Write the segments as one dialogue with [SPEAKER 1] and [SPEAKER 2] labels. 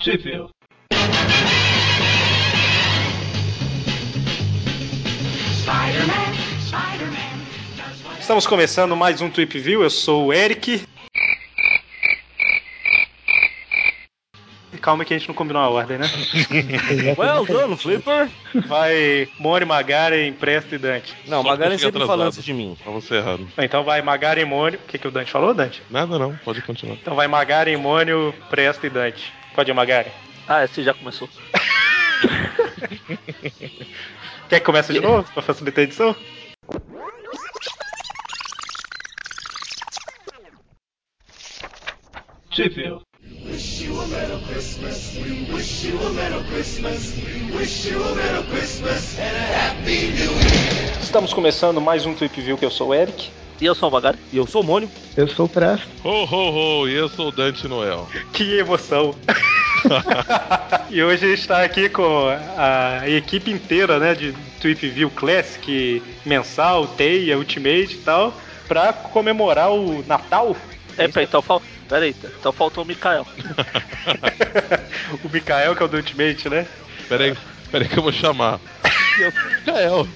[SPEAKER 1] Sheffield. Estamos começando mais um Trip View. Eu sou o Eric. E calma que a gente não combinou a ordem, né?
[SPEAKER 2] Well done, Flipper!
[SPEAKER 1] Vai Mori, Magaren, Presto e Dante.
[SPEAKER 2] Não,
[SPEAKER 3] Só
[SPEAKER 2] Magalhães
[SPEAKER 3] porque
[SPEAKER 2] sempre
[SPEAKER 3] atrasado.
[SPEAKER 2] falando isso de mim.
[SPEAKER 3] Pra Tá você errado.
[SPEAKER 1] Então vai Magaren, Mônio. O que, que o Dante falou, Dante?
[SPEAKER 3] Nada não, pode continuar.
[SPEAKER 1] Então vai Magaren, Mônio, Presto e Dante. Pode ir, Magaren.
[SPEAKER 4] Ah, esse já começou.
[SPEAKER 1] Quer que comece de novo pra facilitar a edição? Sheffield. Estamos começando mais um Trip View que eu sou o Eric.
[SPEAKER 4] E eu sou o Magari.
[SPEAKER 2] E eu sou o Mônio.
[SPEAKER 5] Eu sou o Presto.
[SPEAKER 3] Ho, ho, ho, e eu sou o Dante Noel.
[SPEAKER 1] Que emoção! e hoje está aqui com a equipe inteira, né, de Trip View Classic, mensal, Teia, Ultimate e tal, pra comemorar o Natal.
[SPEAKER 4] É, peraí, então, fal... peraí, então faltou o Mikael.
[SPEAKER 1] o Mikael, que é o do Ultimate, né?
[SPEAKER 3] Pera aí, pera aí que eu vou chamar. Gael.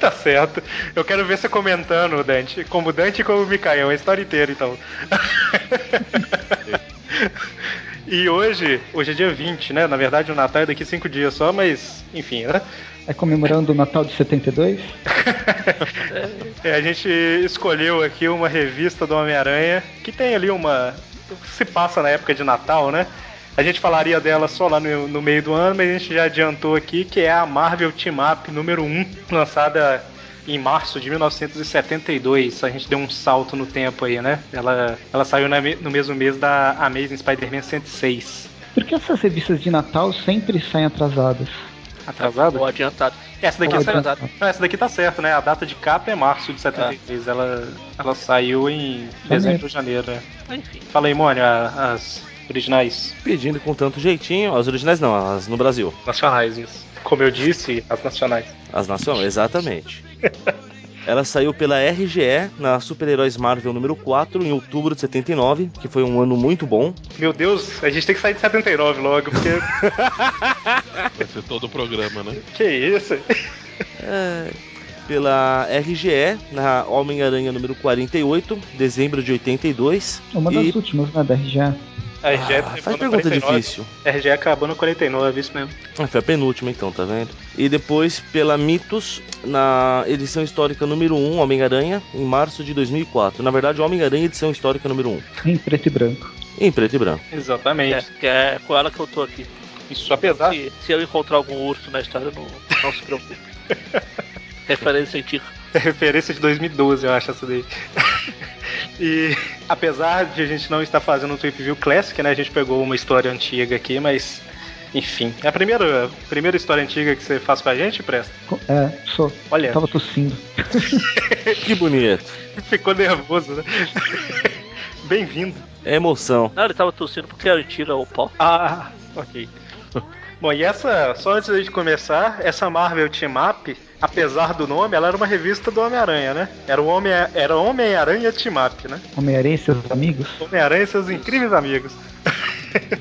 [SPEAKER 1] Tá certo. Eu quero ver você comentando, Dante. Como Dante e como Mikael, a história inteira, então. e hoje, hoje é dia 20, né? Na verdade, o Natal é daqui cinco dias só, mas enfim, né?
[SPEAKER 5] É comemorando o Natal de 72?
[SPEAKER 1] É, a gente escolheu aqui uma revista do Homem-Aranha que tem ali uma. se passa na época de Natal, né? A gente falaria dela só lá no, no meio do ano, mas a gente já adiantou aqui que é a Marvel Team Up número 1, lançada em março de 1972. A gente deu um salto no tempo aí, né? Ela, ela saiu na me- no mesmo mês da Amazing Spider-Man 106.
[SPEAKER 5] Por que essas revistas de Natal sempre saem atrasadas?
[SPEAKER 1] Atrasado?
[SPEAKER 2] Tá
[SPEAKER 4] Ou adiantado.
[SPEAKER 1] Essa daqui,
[SPEAKER 4] Ou
[SPEAKER 1] saiu-
[SPEAKER 4] adiantado.
[SPEAKER 1] não, essa daqui tá certo, né? A data de capa é março de 73. Ela, ela saiu em dezembro ou janeiro, né?
[SPEAKER 4] Enfim.
[SPEAKER 1] Fala aí, Mônio, a- as originais
[SPEAKER 2] Pedindo com tanto jeitinho. As originais não, as no Brasil.
[SPEAKER 1] nacionais, isso. Como eu disse, as nacionais.
[SPEAKER 2] As nacionais, exatamente. Ela saiu pela RGE na Super-Heróis Marvel número 4 em outubro de 79, que foi um ano muito bom.
[SPEAKER 1] Meu Deus, a gente tem que sair de 79 logo, porque.
[SPEAKER 3] Vai ser todo o programa, né?
[SPEAKER 1] que isso?
[SPEAKER 2] É, pela RGE na Homem-Aranha número 48, dezembro de 82.
[SPEAKER 5] Uma das
[SPEAKER 2] E-
[SPEAKER 5] últimas, né, da RGA.
[SPEAKER 1] A RG
[SPEAKER 2] Ah, faz pergunta difícil.
[SPEAKER 1] RG acabou no 49, isso mesmo.
[SPEAKER 2] Ah, foi a penúltima então, tá vendo? E depois pela Mitos, na edição histórica número 1, Homem-Aranha, em março de 2004. Na verdade, Homem-Aranha, edição histórica número 1,
[SPEAKER 5] Em preto e branco.
[SPEAKER 2] em preto e branco.
[SPEAKER 4] É,
[SPEAKER 1] Exatamente. Tá.
[SPEAKER 4] que é com ela que eu tô aqui.
[SPEAKER 1] É. Isso
[SPEAKER 2] Tá.
[SPEAKER 1] apesar.
[SPEAKER 4] Se, se eu encontrar algum urso na estrada, não, não se preocupe. Referência antiga.
[SPEAKER 1] É referência de 2012, eu acho essa daí. e apesar de a gente não estar fazendo um Trip View Classic, né? A gente pegou uma história antiga aqui, mas. Enfim. É a primeira, a primeira história antiga que você faz com a gente, Presta?
[SPEAKER 5] Co- É, sou.
[SPEAKER 1] Olha.
[SPEAKER 2] Então
[SPEAKER 5] Tava tossindo.
[SPEAKER 2] Que bonito.
[SPEAKER 1] Ficou nervoso, né? Bem-vindo.
[SPEAKER 2] É emoção.
[SPEAKER 4] Não, ele tava tossindo porque ele tira o pau.
[SPEAKER 1] Ah, ok. Bom, e essa, só antes da gente começar, essa Marvel Team Up, apesar do nome, ela era uma revista do Homem-Aranha, né? Era o Homem- era Homem-Aranha Team Up, né?
[SPEAKER 5] Homem-Aranha e seus amigos.
[SPEAKER 1] Homem-Aranha e seus incríveis amigos.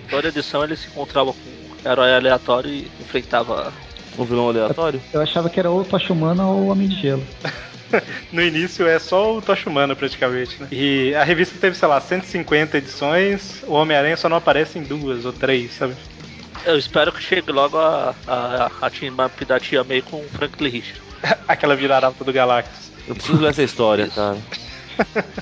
[SPEAKER 4] Toda edição ele se encontrava com um herói aleatório e enfrentava.
[SPEAKER 2] Um vilão aleatório?
[SPEAKER 5] Eu achava que era ou Tocha Humana ou Homem de Gelo.
[SPEAKER 1] No início é só o Tocha Humana, praticamente, né? E a revista teve, sei lá, 150 edições, o Homem-Aranha só não aparece em duas ou três, sabe?
[SPEAKER 4] Eu espero que chegue logo a, a, a team up da Tia May com o Franklin Richard.
[SPEAKER 1] Aquela virarata do Galactus.
[SPEAKER 2] Eu preciso ler essa história, cara.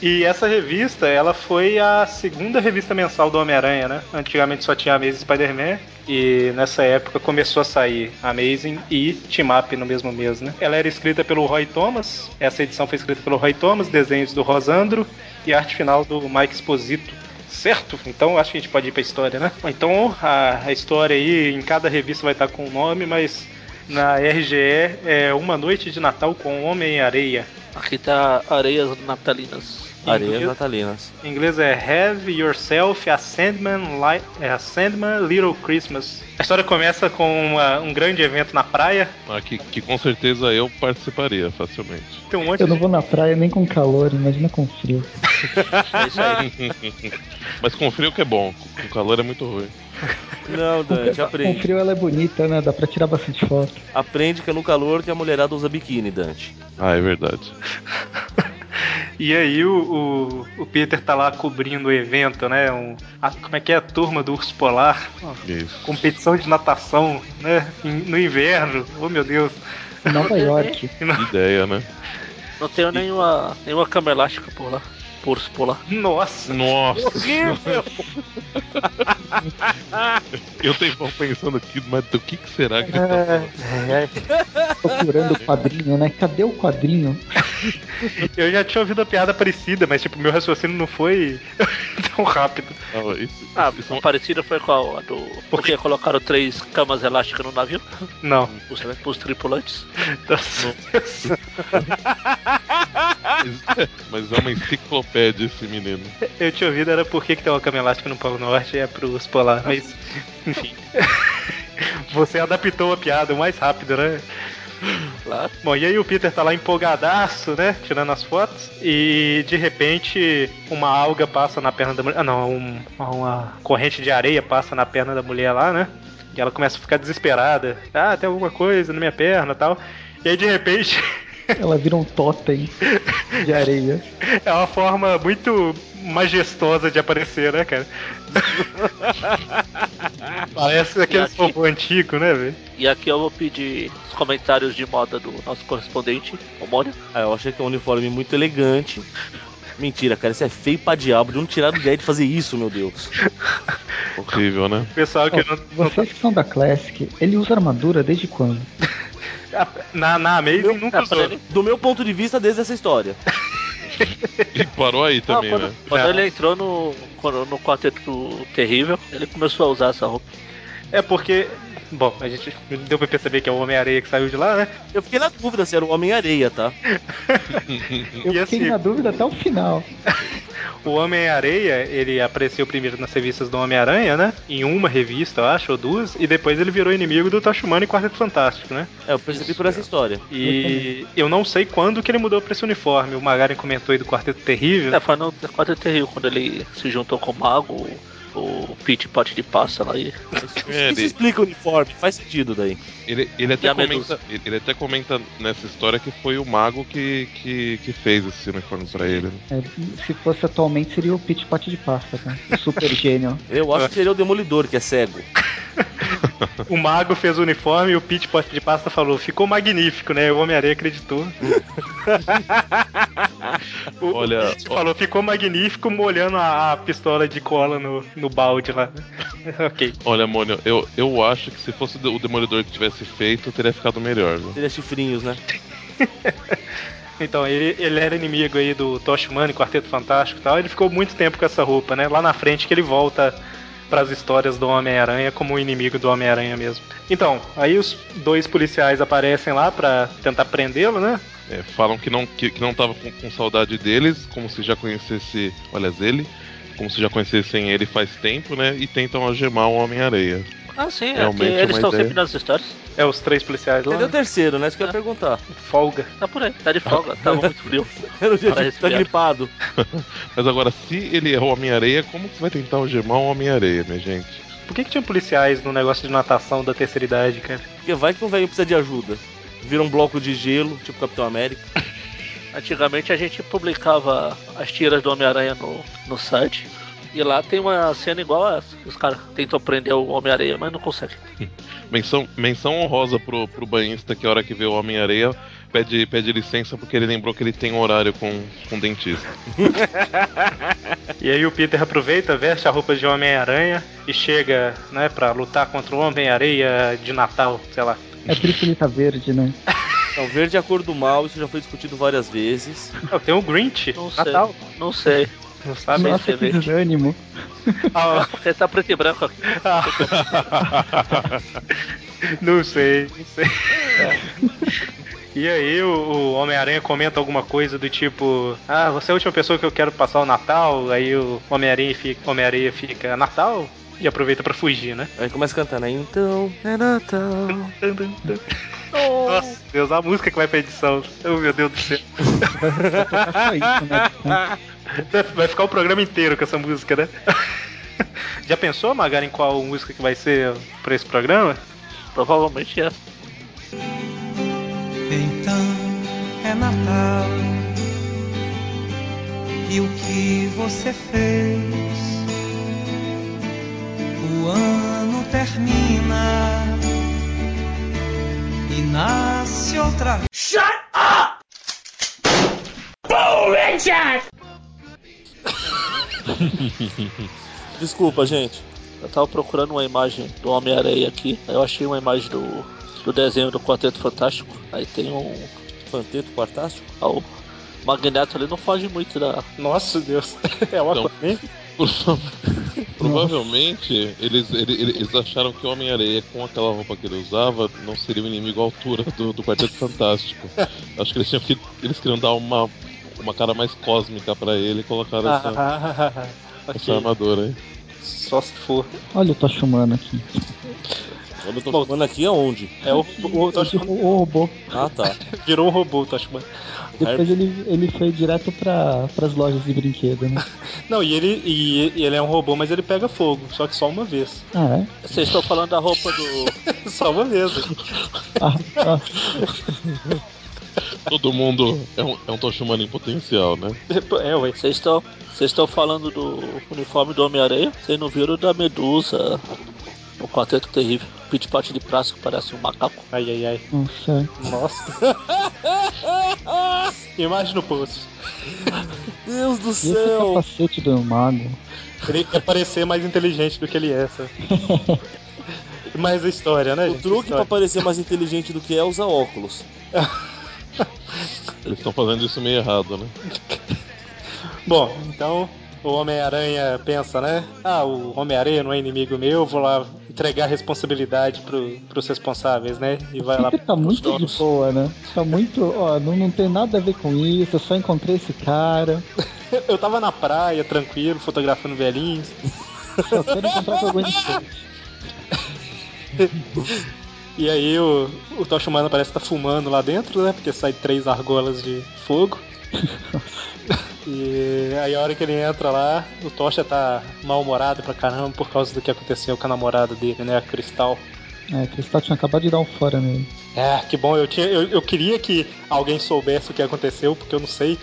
[SPEAKER 1] E essa revista, ela foi a segunda revista mensal do Homem-Aranha, né? Antigamente só tinha Amazing Spider-Man e nessa época começou a sair Amazing e Team Up no mesmo mês, né? Ela era escrita pelo Roy Thomas, essa edição foi escrita pelo Roy Thomas, desenhos do Rosandro e arte final do Mike Esposito. Certo? Então acho que a gente pode ir pra história, né? Bom, Então a, a história aí em cada revista vai estar com o nome, mas na RGE é Uma Noite de Natal com Homem-Areia.
[SPEAKER 4] Aqui tá Areias Natalinas.
[SPEAKER 2] Areias natalinas.
[SPEAKER 1] Em inglês é Have Yourself a Sandman, Li é, a Sandman Little Christmas. A história começa com uma- um grande evento na praia.
[SPEAKER 3] Ah, que, que com certeza eu participaria facilmente.
[SPEAKER 1] Tem um monte
[SPEAKER 5] Eu não
[SPEAKER 1] de...
[SPEAKER 5] vou na praia nem com calor, imagina com frio.
[SPEAKER 4] É isso aí.
[SPEAKER 3] Mas com frio que é bom, O calor é muito ruim.
[SPEAKER 2] Não, Dante,
[SPEAKER 5] Com
[SPEAKER 2] aprende.
[SPEAKER 5] frio ela é bonita, né? Dá pra tirar bastante foto.
[SPEAKER 2] Aprende que é no calor que a mulherada usa biquíni, Dante.
[SPEAKER 3] Ah, é verdade.
[SPEAKER 1] E aí o, o, o Peter tá lá cobrindo o evento, né? Um, a- como é que é a turma do urso polar? Uma
[SPEAKER 3] Isso.
[SPEAKER 1] competição de natação, né? Em- no inverno. Oh meu Deus.
[SPEAKER 5] Em Nova York.
[SPEAKER 3] Que ideia, né?
[SPEAKER 4] Não tenho nenhuma, nenhuma cama elástica por lá. Por por lá.
[SPEAKER 1] Nossa.
[SPEAKER 3] Nossa! Eu tenho bom pensando aqui, mas do que, que será que ele tá falando?
[SPEAKER 5] Procurando o quadrinho, né? Cadê o quadrinho?
[SPEAKER 1] Eu já tinha ouvido a piada parecida, mas tipo, meu raciocínio não foi tão rápido.
[SPEAKER 3] Ah, isso-
[SPEAKER 4] Ah,
[SPEAKER 3] isso é
[SPEAKER 4] a
[SPEAKER 3] um-
[SPEAKER 4] parecida foi qual? A do. Porque colocaram três camas elásticas no navio?
[SPEAKER 1] Não.
[SPEAKER 4] Os, os tripulantes?
[SPEAKER 1] Tá-
[SPEAKER 3] mas é uma enciclopédia esse menino.
[SPEAKER 1] Eu tinha ouvido era por que, que tem uma cama elástica no Polo Norte, é pro urso polar, mas enfim. Você adaptou a piada o mais rápido, né?
[SPEAKER 4] Claro.
[SPEAKER 1] Bom, e aí o Peter tá lá empolgadaço, né? Tirando as fotos. E de repente uma alga passa na perna da mulher. Ah, não, um- uma corrente de areia passa na perna da mulher lá, né? E ela começa a ficar desesperada. Ah, tem alguma coisa na minha perna e tal. E aí de repente
[SPEAKER 5] Ela vira um totem de areia.
[SPEAKER 1] é uma forma muito majestosa de aparecer, né, cara? Parece aquele
[SPEAKER 4] aqui-
[SPEAKER 1] robô antigo, né, velho?
[SPEAKER 4] E aqui eu vou pedir os comentários de moda do nosso correspondente, Homônio.
[SPEAKER 2] Ah, eu achei que é um uniforme muito elegante. Mentira, cara, isso é feio pra diabo. De não tirar a ideia de fazer isso, meu Deus.
[SPEAKER 3] Horrível, né?
[SPEAKER 1] Pessoal que não. não tá-
[SPEAKER 5] Vocês que são da Classic, ele usa armadura desde quando?
[SPEAKER 1] Ah, Na, na Amazing nunca
[SPEAKER 4] Ah, quando
[SPEAKER 1] usou.
[SPEAKER 4] ele,
[SPEAKER 2] Do meu ponto de vista, desde essa história.
[SPEAKER 3] E parou aí
[SPEAKER 4] ah,
[SPEAKER 3] também,
[SPEAKER 4] quando,
[SPEAKER 3] né?
[SPEAKER 4] quando
[SPEAKER 1] Não.
[SPEAKER 4] ele entrou no, quando- no quarteto terrível, ele começou a usar essa roupa.
[SPEAKER 1] É porque. Bom, a gente deu pra perceber que é o Homem-Areia que saiu de lá, né?
[SPEAKER 2] Eu fiquei na dúvida se era o Homem-Areia, tá?
[SPEAKER 5] Eu
[SPEAKER 1] E
[SPEAKER 5] fiquei
[SPEAKER 1] assim-
[SPEAKER 5] na dúvida até o final.
[SPEAKER 1] O Homem-Areia, ele apareceu primeiro nas revistas do Homem-Aranha, né? Em uma revista, eu acho, ou duas, e depois ele virou inimigo do Tachumano e Quarteto Fantástico, né?
[SPEAKER 2] É, eu percebi por essa história.
[SPEAKER 1] E eu não sei quando que ele mudou pra esse uniforme. O Magaren comentou aí do Quarteto Terrível.
[SPEAKER 4] É, foi no quarteto terrível, quando ele se juntou com o Mago, o, o Pit Pote de Passa lá e
[SPEAKER 3] É,
[SPEAKER 2] Isso
[SPEAKER 3] ele-
[SPEAKER 2] explica o uniforme, faz sentido daí.
[SPEAKER 3] Ele,
[SPEAKER 4] E
[SPEAKER 3] ele, até
[SPEAKER 4] a Medusa?
[SPEAKER 3] comenta, ele, ele até comenta nessa história que foi o mago que, que, que fez esse uniforme pra ele. né?
[SPEAKER 5] É, se fosse atualmente, seria o Pit Pot de Pasta, né? O super gênio.
[SPEAKER 2] Eu acho que seria o Demolidor, que é cego.
[SPEAKER 1] O Mago fez o uniforme e o Pete Pote de Pasta falou: ficou magnífico, né? O Homem-Areia acreditou. o
[SPEAKER 3] Olha,
[SPEAKER 1] Olha, Pete falou: ficou magnífico, molhando a, a pistola de cola no, no balde lá. ok.
[SPEAKER 3] Olha, Mônio, eu, eu acho que se fosse o Demolidor que tivesse feito, teria ficado melhor. né?
[SPEAKER 2] Teria chifrinhos, né?
[SPEAKER 1] Então, ele, ele era inimigo aí do Toshman, Quarteto Fantástico e tal. Ele ficou muito tempo com essa roupa, né? Lá na frente que ele volta pras histórias do Homem-Aranha como inimigo do Homem-Aranha mesmo. Então, aí os dois policiais aparecem lá pra tentar prendê-lo, né?
[SPEAKER 3] É, falam que não, que, que não tava com, com saudade deles, como se já conhecesse. Olha, ele. Como se já conhecessem ele faz tempo, né? E tentam algemar o Homem-Areia.
[SPEAKER 4] Ah, sim, é
[SPEAKER 3] Realmente
[SPEAKER 4] que
[SPEAKER 3] é
[SPEAKER 4] eles
[SPEAKER 3] uma
[SPEAKER 4] estão
[SPEAKER 3] ideia.
[SPEAKER 4] sempre nas histórias.
[SPEAKER 1] É os três policiais lá.
[SPEAKER 2] Ele é o
[SPEAKER 1] Né?
[SPEAKER 2] terceiro, né? Isso que eu ia perguntar.
[SPEAKER 1] Folga.
[SPEAKER 4] Tá por aí, tá de folga, tava muito frio.
[SPEAKER 2] Era o dia de,
[SPEAKER 4] Parece
[SPEAKER 2] tá
[SPEAKER 4] piada.
[SPEAKER 2] gripado.
[SPEAKER 3] Mas agora, se ele é o Homem-Areia, como que você vai tentar algemar o Homem-Areia, minha gente?
[SPEAKER 1] Por que, que tinha policiais no negócio de natação da terceira idade, cara?
[SPEAKER 2] Porque vai que um velho precisa de ajuda. Vira um bloco de gelo, tipo Capitão América.
[SPEAKER 4] Antigamente a gente publicava as tiras do Homem-Aranha no, no site. E lá tem uma cena igual a essa. Os caras tentam prender o Homem-Aranha, mas não conseguem.
[SPEAKER 3] Menção, menção honrosa pro, pro banhista que a hora que vê o Homem-Areia pede, pede licença porque ele lembrou que ele tem um horário com, com o dentista.
[SPEAKER 1] E aí o Peter aproveita, veste a roupa de Homem-Aranha e chega, né, pra lutar contra o Homem-Areia de Natal, sei lá.
[SPEAKER 5] É por isso que ele tá verde, né?
[SPEAKER 2] Então, verde é a cor do mal, isso já foi discutido várias vezes.
[SPEAKER 1] Não, tem o Grinch,
[SPEAKER 4] Não sei.
[SPEAKER 1] Natal,
[SPEAKER 4] Não sei.
[SPEAKER 1] não sabe?
[SPEAKER 4] Sim.
[SPEAKER 5] Nossa, que desânimo.
[SPEAKER 1] Ah,
[SPEAKER 4] Você tá preto e branco aqui.
[SPEAKER 1] não sei, não sei. E aí o, o Homem-Aranha comenta alguma coisa do tipo, ah, você é a última pessoa que eu quero passar o Natal, aí o Homem-Aranha fica, Homem fica, Natal? E aproveita pra fugir, né?
[SPEAKER 2] Aí começa a cantar, né? Então é Natal.
[SPEAKER 1] Nossa, Deus, a música que vai pra edição. Oh, meu Deus do céu.
[SPEAKER 5] Tá só isso, né?
[SPEAKER 1] Vai ficar o programa inteiro com essa música, né? Já pensou, Magara, em qual música que vai ser pra esse programa?
[SPEAKER 4] Provavelmente é.
[SPEAKER 6] Então é Natal. E o que você fez? O ano termina e nasce outra vez.
[SPEAKER 2] Desculpa, gente.
[SPEAKER 4] Eu tava procurando uma imagem do Homem-Aranha aqui, aí eu achei uma imagem do, do desenho do Quarteto Fantástico. Aí tem um.
[SPEAKER 2] Fanteto Quartástico?
[SPEAKER 4] ah, O Magneto ali não foge muito da.
[SPEAKER 1] Nossa Deus, é uma
[SPEAKER 3] Então.
[SPEAKER 1] coisa.
[SPEAKER 3] Prova- Provavelmente eles, ele- ele- eles acharam que o Homem-Areia, com aquela roupa que ele usava, não seria o inimigo à altura do, do Quarteto Fantástico. Acho que eles tinham que. Eles queriam dar uma, uma cara mais cósmica pra ele e colocaram essa, essa
[SPEAKER 1] Ah, Ok,
[SPEAKER 3] armadura aí.
[SPEAKER 1] Só se for.
[SPEAKER 5] Olha, eu tô chamando aqui.
[SPEAKER 2] Eu tô falando aqui aonde?
[SPEAKER 1] É o, o, o Toshman
[SPEAKER 5] O o robô.
[SPEAKER 2] Ah, tá.
[SPEAKER 1] virou um robô, o Toshman.
[SPEAKER 5] Depois ele, ele foi direto pra, pras lojas de brinquedo, né?
[SPEAKER 1] Não, e ele, e, e ele é um robô, mas ele pega fogo, só que só uma vez.
[SPEAKER 5] Ah, é?
[SPEAKER 4] Vocês estão falando da roupa do.
[SPEAKER 1] Só uma vez.
[SPEAKER 5] Ah, ah,
[SPEAKER 3] Todo mundo é um, é um Toshimano em potencial, né?
[SPEAKER 1] É, ué.
[SPEAKER 4] Vocês estão. Vocês estão falando do uniforme do Homem-Aranha? Vocês não viram da Medusa? O Quarteto Terrível. Pit Pot de plástico parece um macaco.
[SPEAKER 1] Ai, ai, ai.
[SPEAKER 5] nossa.
[SPEAKER 1] Nossa. Imagina o post.
[SPEAKER 2] Deus do
[SPEAKER 5] E esse
[SPEAKER 2] céu!
[SPEAKER 5] capacete do mago?
[SPEAKER 1] Ele quer parecer mais inteligente do que ele é, sabe? Mas a história, né?
[SPEAKER 2] O
[SPEAKER 1] gente?
[SPEAKER 2] truque pra
[SPEAKER 1] História.
[SPEAKER 2] parecer mais inteligente do que é usar óculos.
[SPEAKER 3] Eles estão fazendo isso meio errado, né?
[SPEAKER 1] Bom, então o Homem-Aranha pensa, né? Ah, o Homem-Aranha não é inimigo meu, eu vou lá entregar a responsabilidade pro, pros responsáveis, né? E vai lá.
[SPEAKER 5] Sempre tá muito de boa, né? Tá muito, ó, não, não tem nada a ver com isso, eu só encontrei esse cara.
[SPEAKER 1] Eu tava na praia, tranquilo, fotografando velhinhos.
[SPEAKER 5] Só quero encontrar com alguém de vocês.
[SPEAKER 1] E aí o, o Tocha Humana parece estar fumando lá dentro, né? Porque sai três argolas de fogo. e aí a hora que ele entra lá, o Tocha tá mal-humorado pra caramba por causa do que aconteceu com a namorada dele, né? A Cristal.
[SPEAKER 5] É, Cristal tinha acabado de dar um fora nele.
[SPEAKER 1] Ah, que bom, eu, tinha, eu, eu queria que alguém soubesse o que aconteceu, porque eu não sei.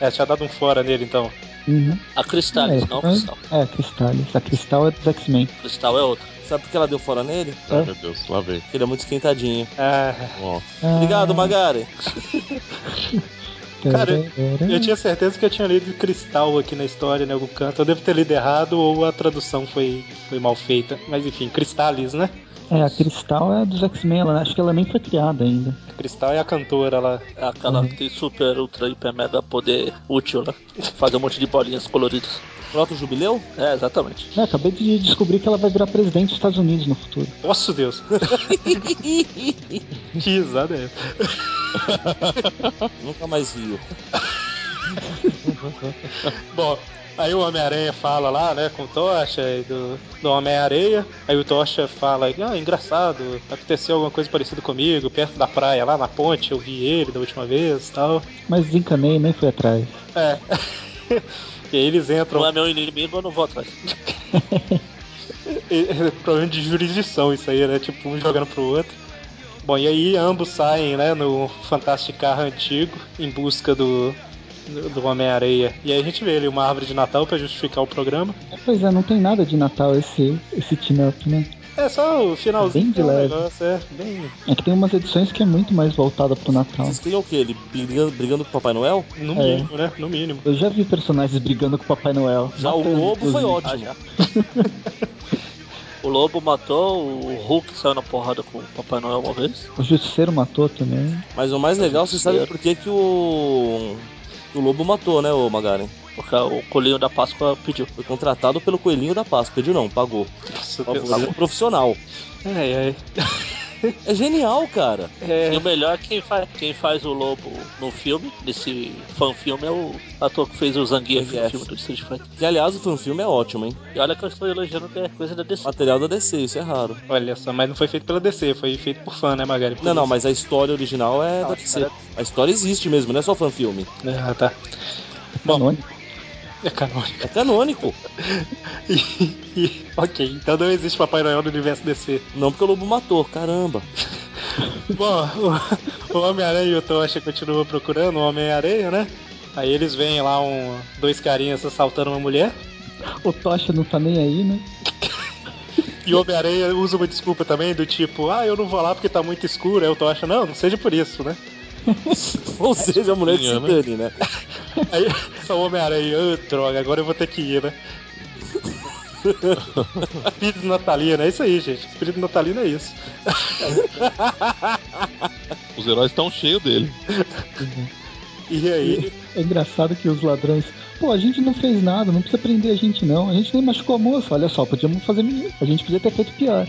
[SPEAKER 1] é, tinha dado um fora nele então.
[SPEAKER 5] Uhum.
[SPEAKER 4] A Cristalis, não a
[SPEAKER 5] mas-
[SPEAKER 4] Cristal.
[SPEAKER 5] é, Cristalis. A Cristal é dos X-Men.
[SPEAKER 4] Cristal é outra.
[SPEAKER 2] Sabe por que ela deu fora nele?
[SPEAKER 3] Ai,
[SPEAKER 5] É.
[SPEAKER 3] meu Deus, lá vem.
[SPEAKER 2] Porque ele é muito esquentadinho.
[SPEAKER 1] Ah,
[SPEAKER 3] Ó,
[SPEAKER 2] Obrigado, Magari.
[SPEAKER 5] Ah,
[SPEAKER 1] Cara, eu tinha certeza que eu tinha lido Cristal aqui na história, em algum canto. Eu devo ter lido errado ou a tradução foi, foi mal feita. Mas enfim, Cristalis, né?
[SPEAKER 5] É, a Cristal é dos X-Men, ela- acho que ela nem foi criada ainda.
[SPEAKER 1] Cristal é a cantora lá.
[SPEAKER 4] É aquela
[SPEAKER 5] Uhum.
[SPEAKER 4] que tem super, ultra, hiper, mega poder útil, né? Fazer um monte de bolinhas coloridas.
[SPEAKER 2] Pronto, jubileu?
[SPEAKER 4] É, exatamente.
[SPEAKER 5] É, acabei de descobrir que ela vai virar presidente dos Estados Unidos no futuro.
[SPEAKER 1] Nossa Deus! que risada é essa?
[SPEAKER 2] Nunca mais rio.
[SPEAKER 1] Bom, aí o Homem-Aranha fala lá, né, com o Tocha e do, do Homem-Areia. Aí o Tocha fala, ah, engraçado, aconteceu alguma coisa parecida comigo, perto da praia, lá na ponte, eu vi ele da última vez e tal.
[SPEAKER 5] Mas desencanei, nem fui atrás.
[SPEAKER 1] É. e aí eles entram
[SPEAKER 4] Não é meu inimigo, eu não vou atrás.
[SPEAKER 1] É problema de jurisdição isso aí, né? Tipo, um jogando pro outro. Bom, e aí ambos saem, né, no fantástico carro antigo, em busca do, do do Homem-Areia. E aí a gente vê ali uma árvore de Natal pra justificar o programa.
[SPEAKER 5] Pois é, não tem nada de Natal esse, esse team-up, né?
[SPEAKER 1] É só o finalzinho
[SPEAKER 5] Bem de
[SPEAKER 1] do
[SPEAKER 5] leve.
[SPEAKER 1] negócio, é. Bem.
[SPEAKER 5] É que tem umas edições que é muito mais voltada pro Natal.
[SPEAKER 2] Vocês queriam o quê? Ele brigando, brigando com o Papai Noel?
[SPEAKER 1] No
[SPEAKER 5] É.
[SPEAKER 1] mínimo, né? No mínimo.
[SPEAKER 5] Eu já vi personagens brigando com o Papai Noel.
[SPEAKER 2] Já o
[SPEAKER 5] Matando,
[SPEAKER 2] Lobo foi
[SPEAKER 5] inclusive.
[SPEAKER 4] Ah,
[SPEAKER 2] ótimo.
[SPEAKER 4] já. o Lobo matou, o Hulk saiu na porrada com o Papai Noel uma vez.
[SPEAKER 5] O Justiceiro matou também.
[SPEAKER 2] Mas o mais legal, vocês sabem por que que o... O Lobo matou, né, o Magari?
[SPEAKER 4] Porque o colinho da Páscoa pediu.
[SPEAKER 2] Foi contratado pelo Coelhinho da Páscoa. Pediu não, pagou.
[SPEAKER 1] Nossa,
[SPEAKER 3] Tá
[SPEAKER 1] Deus.
[SPEAKER 2] Pagou. Profissional.
[SPEAKER 1] Ai, ai.
[SPEAKER 2] É genial, cara.
[SPEAKER 1] É,
[SPEAKER 4] E o melhor é quem faz, quem faz o Lobo no filme, nesse fã-filme, é o ator que fez o Zangief no
[SPEAKER 2] Zangief.
[SPEAKER 4] filme do Street Fighter.
[SPEAKER 2] Que, aliás, o filme é ótimo, hein?
[SPEAKER 4] E olha que eu estou elogiando que é coisa da DC.
[SPEAKER 2] Material da DC, isso é raro.
[SPEAKER 1] olha só, mas não foi feito pela DC, foi feito por fã, né, Magali? Por
[SPEAKER 2] Não, não,
[SPEAKER 1] isso.
[SPEAKER 2] mas a história original é
[SPEAKER 4] Não,
[SPEAKER 2] da
[SPEAKER 4] a
[SPEAKER 2] DC. A história existe mesmo, não é só fã-filme.
[SPEAKER 1] Ah, tá. Bom,
[SPEAKER 5] Canônico.
[SPEAKER 1] É canônico.
[SPEAKER 2] É canônico.
[SPEAKER 1] E- e- ok, então não existe Papai Noel no universo DC.
[SPEAKER 2] Não porque o lobo matou, caramba.
[SPEAKER 1] Bom, o, o Homem-Aranha e o Tocha continuam procurando o Homem-Aranha, né? Aí eles veem lá um, dois carinhas assaltando uma mulher.
[SPEAKER 5] O Tocha não tá nem aí, né?
[SPEAKER 1] E o Homem-Aranha usa uma desculpa também, do tipo, ah, eu não vou lá porque tá muito escuro. Aí o Tocha, não, não seja por isso, né?
[SPEAKER 2] Ou seja, a mulher que se
[SPEAKER 3] Sim, né?
[SPEAKER 2] dane, né?
[SPEAKER 1] Aí o Homem-Aranha, "Ah, droga, agora eu vou ter que ir, né? Espírito natalino, é isso aí, gente. Espírito natalino é isso.
[SPEAKER 3] Os heróis estão cheios dele.
[SPEAKER 1] E aí,
[SPEAKER 5] É engraçado que os ladrões. Pô, a gente não fez nada, não precisa prender a gente não. A gente nem machucou a moça, olha só, podíamos fazer melhor. A gente podia ter feito pior.